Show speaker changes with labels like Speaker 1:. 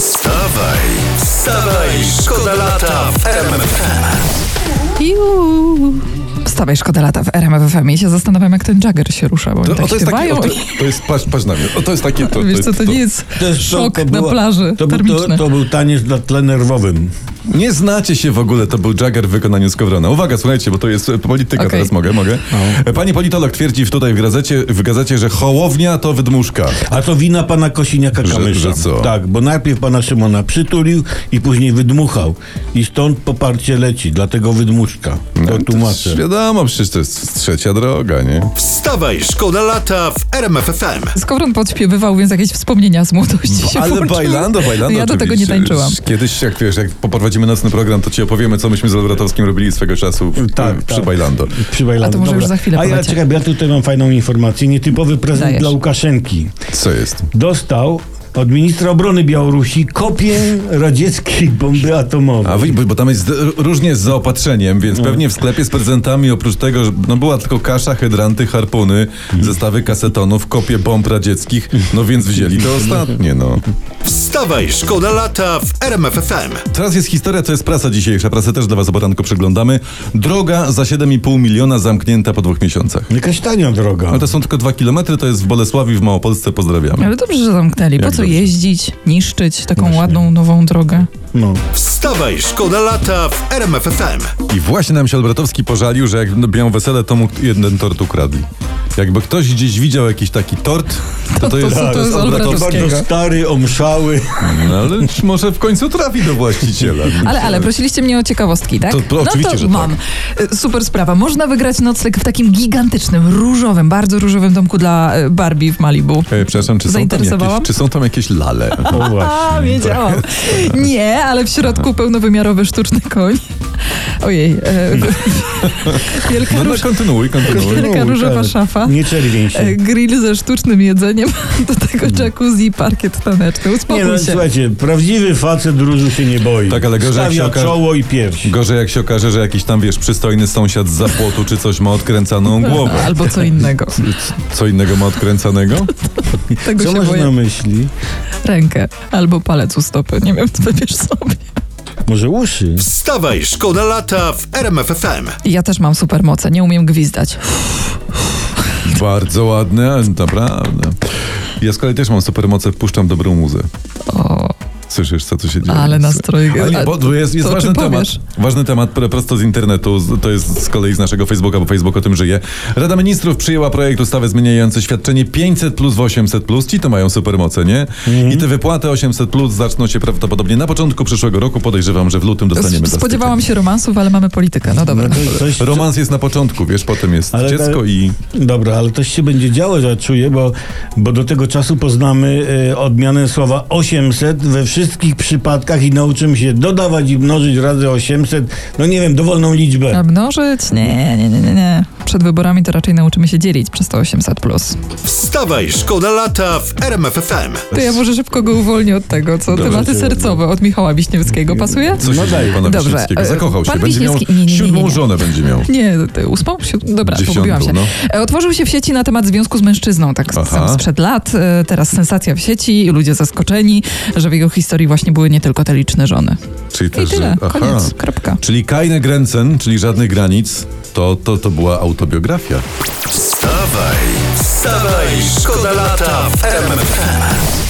Speaker 1: Wstawaj, wstawaj, szkoda lata w RMFFM.
Speaker 2: Iu. Wstawaj, szkoda lata w RMFFM i się zastanawiam, jak ten Jagger się rusza, bo oni tak śpiewają.
Speaker 3: o, to,
Speaker 2: i-
Speaker 3: to jest, patrz, patrz na mnie, o, to jest takie... To, to,
Speaker 2: Wiesz co,
Speaker 3: jest-
Speaker 2: to nie jest szok na
Speaker 4: była-
Speaker 2: plaży
Speaker 4: to, był-
Speaker 2: termiczny.
Speaker 4: to, to był taniec na tle nerwowym.
Speaker 3: Nie znacie się w ogóle, to był Jagger w wykonaniu Skowrona. Uwaga, słuchajcie, bo to jest e, polityka,
Speaker 2: Okej. No.
Speaker 3: teraz mogę, mogę. Pani politolog twierdzi w- tutaj w gazecie, w gazecie, że hołownia to wydmuszka.
Speaker 4: A to wina pana Kosiniaka-Kamysza.
Speaker 3: Że- że co?
Speaker 4: Tak, bo najpierw pana Szymona przytulił i później wydmuchał. I stąd poparcie leci, dlatego wydmuszka.
Speaker 3: No,
Speaker 4: To tłumaczę.
Speaker 3: Wiadomo, przecież to jest trzecia droga, nie?
Speaker 1: Wstawaj, szkoda lata w RMFFM.
Speaker 2: Skowron podśpiewywał, więc jakieś wspomnienia z młodości się
Speaker 3: Ale
Speaker 2: włączyły.
Speaker 3: bailando, bailando
Speaker 2: Ja do tego nie
Speaker 3: oczywiście.
Speaker 2: tańczyłam.
Speaker 3: Kiedyś, jak wiesz, jak poprowadzimy nocny program, to ci opowiemy, co myśmy z Lewratowskim robili swego czasu w,
Speaker 4: Tak,
Speaker 3: przy
Speaker 4: tak.
Speaker 3: bailando.
Speaker 4: Przy Bajlandu,
Speaker 2: A to może już za chwilę
Speaker 4: A ja,
Speaker 2: powiecie.
Speaker 4: czekaj, ja tutaj mam fajną informację. Nietypowy prezent
Speaker 2: Dajesz.
Speaker 4: dla Łukaszenki.
Speaker 3: Co jest?
Speaker 4: Dostał od ministra obrony Białorusi kopię radzieckiej bomby atomowej.
Speaker 3: A wy, bo bo tam jest r- różnie z zaopatrzeniem, więc pewnie w sklepie z prezentami oprócz tego, że no była tylko kasza, hydranty, harpuny, zestawy kasetonów, kopie bomb radzieckich, no więc wzięli to ostatnie, no.
Speaker 1: Wstawaj, szkoda lata w RMFFM.
Speaker 3: Teraz jest historia, to jest prasa dzisiejsza, prasę też dla was o poranku przeglądamy. Droga za 7,5 miliona zamknięta po dwóch miesiącach.
Speaker 4: Jakaś tania droga.
Speaker 3: No to są tylko dwa kilometry, to jest w Bolesławiu, w Małopolsce, pozdrawiamy.
Speaker 2: Ale dobrze, że zamknęli. Po
Speaker 3: Jak
Speaker 2: co
Speaker 3: dobrze.
Speaker 2: jeździć, niszczyć taką ładną, nową drogę?
Speaker 4: No.
Speaker 1: Wstawaj, szkoda lata w RMFFM.
Speaker 2: No.
Speaker 3: I właśnie nam się Albratowski pożalił, że jak biją wesele, to mu jeden tort ukradli. Jakby ktoś gdzieś widział jakiś taki tort, to to,
Speaker 2: to
Speaker 3: jest...
Speaker 2: są- to jest
Speaker 3: Albratowski.
Speaker 2: Obratowskiego.
Speaker 4: Bardzo stary, omszały.
Speaker 3: No ale czy może w końcu trafi do właściciela.
Speaker 2: Ale, ale, prosiliście mnie o ciekawostki, tak?
Speaker 3: To- to
Speaker 2: no
Speaker 3: oczywiście,
Speaker 2: to
Speaker 3: że tak.
Speaker 2: mam. E, Super sprawa. Można wygrać nocleg w takim gigantycznym, różowym, bardzo różowym domku dla e, Barbie w Malibu.
Speaker 3: E, Przepraszam, czy są, tam
Speaker 2: Zainteresowałam?
Speaker 3: jakieś, czy są tam jakieś lale? No,
Speaker 4: O właśnie.
Speaker 2: A, wiedziałam. Nie, ale w środku pełnowymiarowy sztuczny koń. Ojej. E, wielka,
Speaker 3: No, no
Speaker 2: róż,
Speaker 3: kontynuuj, kontynuuj.
Speaker 2: wielka różowa
Speaker 4: tak.
Speaker 2: szafa.
Speaker 4: Nie no, czerwień się.
Speaker 2: E, Grill ze sztucznym jedzeniem, do tego jacuzzi i parkiet taneczny.
Speaker 4: Nie
Speaker 2: Uspokój
Speaker 4: no,
Speaker 2: się.
Speaker 4: słuchajcie, prawdziwy facet różu się nie boi.
Speaker 3: Tak, ale gorzej jak
Speaker 4: Stawia
Speaker 3: się okaże-
Speaker 4: czoło i pierś.
Speaker 3: Gorzej jak się okaże, że jakiś tam, wiesz, przystojny sąsiad z zapłotu czy coś ma odkręcaną głowę.
Speaker 2: Albo co innego.
Speaker 3: Co innego ma odkręcanego?
Speaker 2: Tego
Speaker 4: Co
Speaker 2: się
Speaker 4: masz na
Speaker 2: boję.
Speaker 4: myśli?
Speaker 2: Rękę albo palec u stopy. Nie wiem, co wybierz sobie.
Speaker 4: Może uszy?
Speaker 1: Wstawaj, szkoda lata w RMFFM.
Speaker 2: Ja też mam supermoce. Nie umiem gwizdać.
Speaker 3: Bardzo ładne, ale naprawdę. Ja z kolei też mam supermoce, puszczam dobrą muzę.
Speaker 2: O,
Speaker 3: Słyszysz, co tu się dzieje?
Speaker 2: ale nastroj.
Speaker 3: Ale nie,
Speaker 2: a-
Speaker 3: bo tu jest, jest
Speaker 2: to
Speaker 3: ważny
Speaker 2: czy
Speaker 3: temat.
Speaker 2: powiesz?
Speaker 3: Ważny temat pr- prosto z internetu, z- to jest z kolei z naszego Facebooka, bo Facebook o tym żyje. Rada Ministrów przyjęła projekt ustawy zmieniający świadczenie 500 plus w 800 plus. Ci to mają supermoce, nie?
Speaker 4: Mhm.
Speaker 3: I te wypłaty 800 plus zaczną się prawdopodobnie na początku przyszłego roku. Podejrzewam, że w lutym dostaniemy za
Speaker 2: Spodziewałam się romansów, ale mamy politykę. No dobra.
Speaker 4: To jest coś,
Speaker 3: styczeń. Romans jest na początku, wiesz, potem jest
Speaker 4: Ale-
Speaker 3: dziecko i...
Speaker 4: Dobra, ale coś się będzie działo, ja czuję, bo, bo do tego czasu poznamy e, odmianę słowa 800 we wszystkich przypadkach i nauczymy się dodawać i mnożyć razy 800, no nie wiem, dowolną liczbę.
Speaker 2: A mnożyć? Nie, nie, nie, nie, nie. Przed wyborami to raczej nauczymy się dzielić przez to 800 plus.
Speaker 1: Wstawaj, szkoda lata w RMFFM.
Speaker 2: To ja może szybko go uwolnię od tego, co
Speaker 3: Dobrze,
Speaker 2: tematy
Speaker 3: dziękuję.
Speaker 2: sercowe od Michała Wiśniewskiego pasuje?
Speaker 3: Co się
Speaker 4: No
Speaker 3: dzieje
Speaker 4: daj.
Speaker 3: u pana
Speaker 2: Dobrze,
Speaker 3: Wiśniewskiego?
Speaker 2: e,
Speaker 3: Zakochał się,
Speaker 2: pan
Speaker 3: będzie miał
Speaker 2: Wiśniewski- nie, nie, nie, nie, nie.
Speaker 3: siódmą żonę będzie miał.
Speaker 2: Nie, ty ósmą? Si- Dobra,
Speaker 3: Dziesiątą,
Speaker 2: pogubiłam się.
Speaker 3: no.
Speaker 2: E, Otworzył się w sieci na temat związku z mężczyzną, tak
Speaker 3: Aha.
Speaker 2: sam sprzed lat. E, Teraz sensacja w sieci, ludzie zaskoczeni, że w jego historii właśnie były nie tylko te liczne żony.
Speaker 3: Czyli
Speaker 2: I
Speaker 3: też,
Speaker 2: tyle,
Speaker 3: że... Aha.
Speaker 2: koniec, kropka.
Speaker 3: Czyli Kajne Grenzen, czyli żadnych granic, to, to, to była autobiografia.
Speaker 1: Wstawaj, wstawaj, szkoda lata w RMFFM.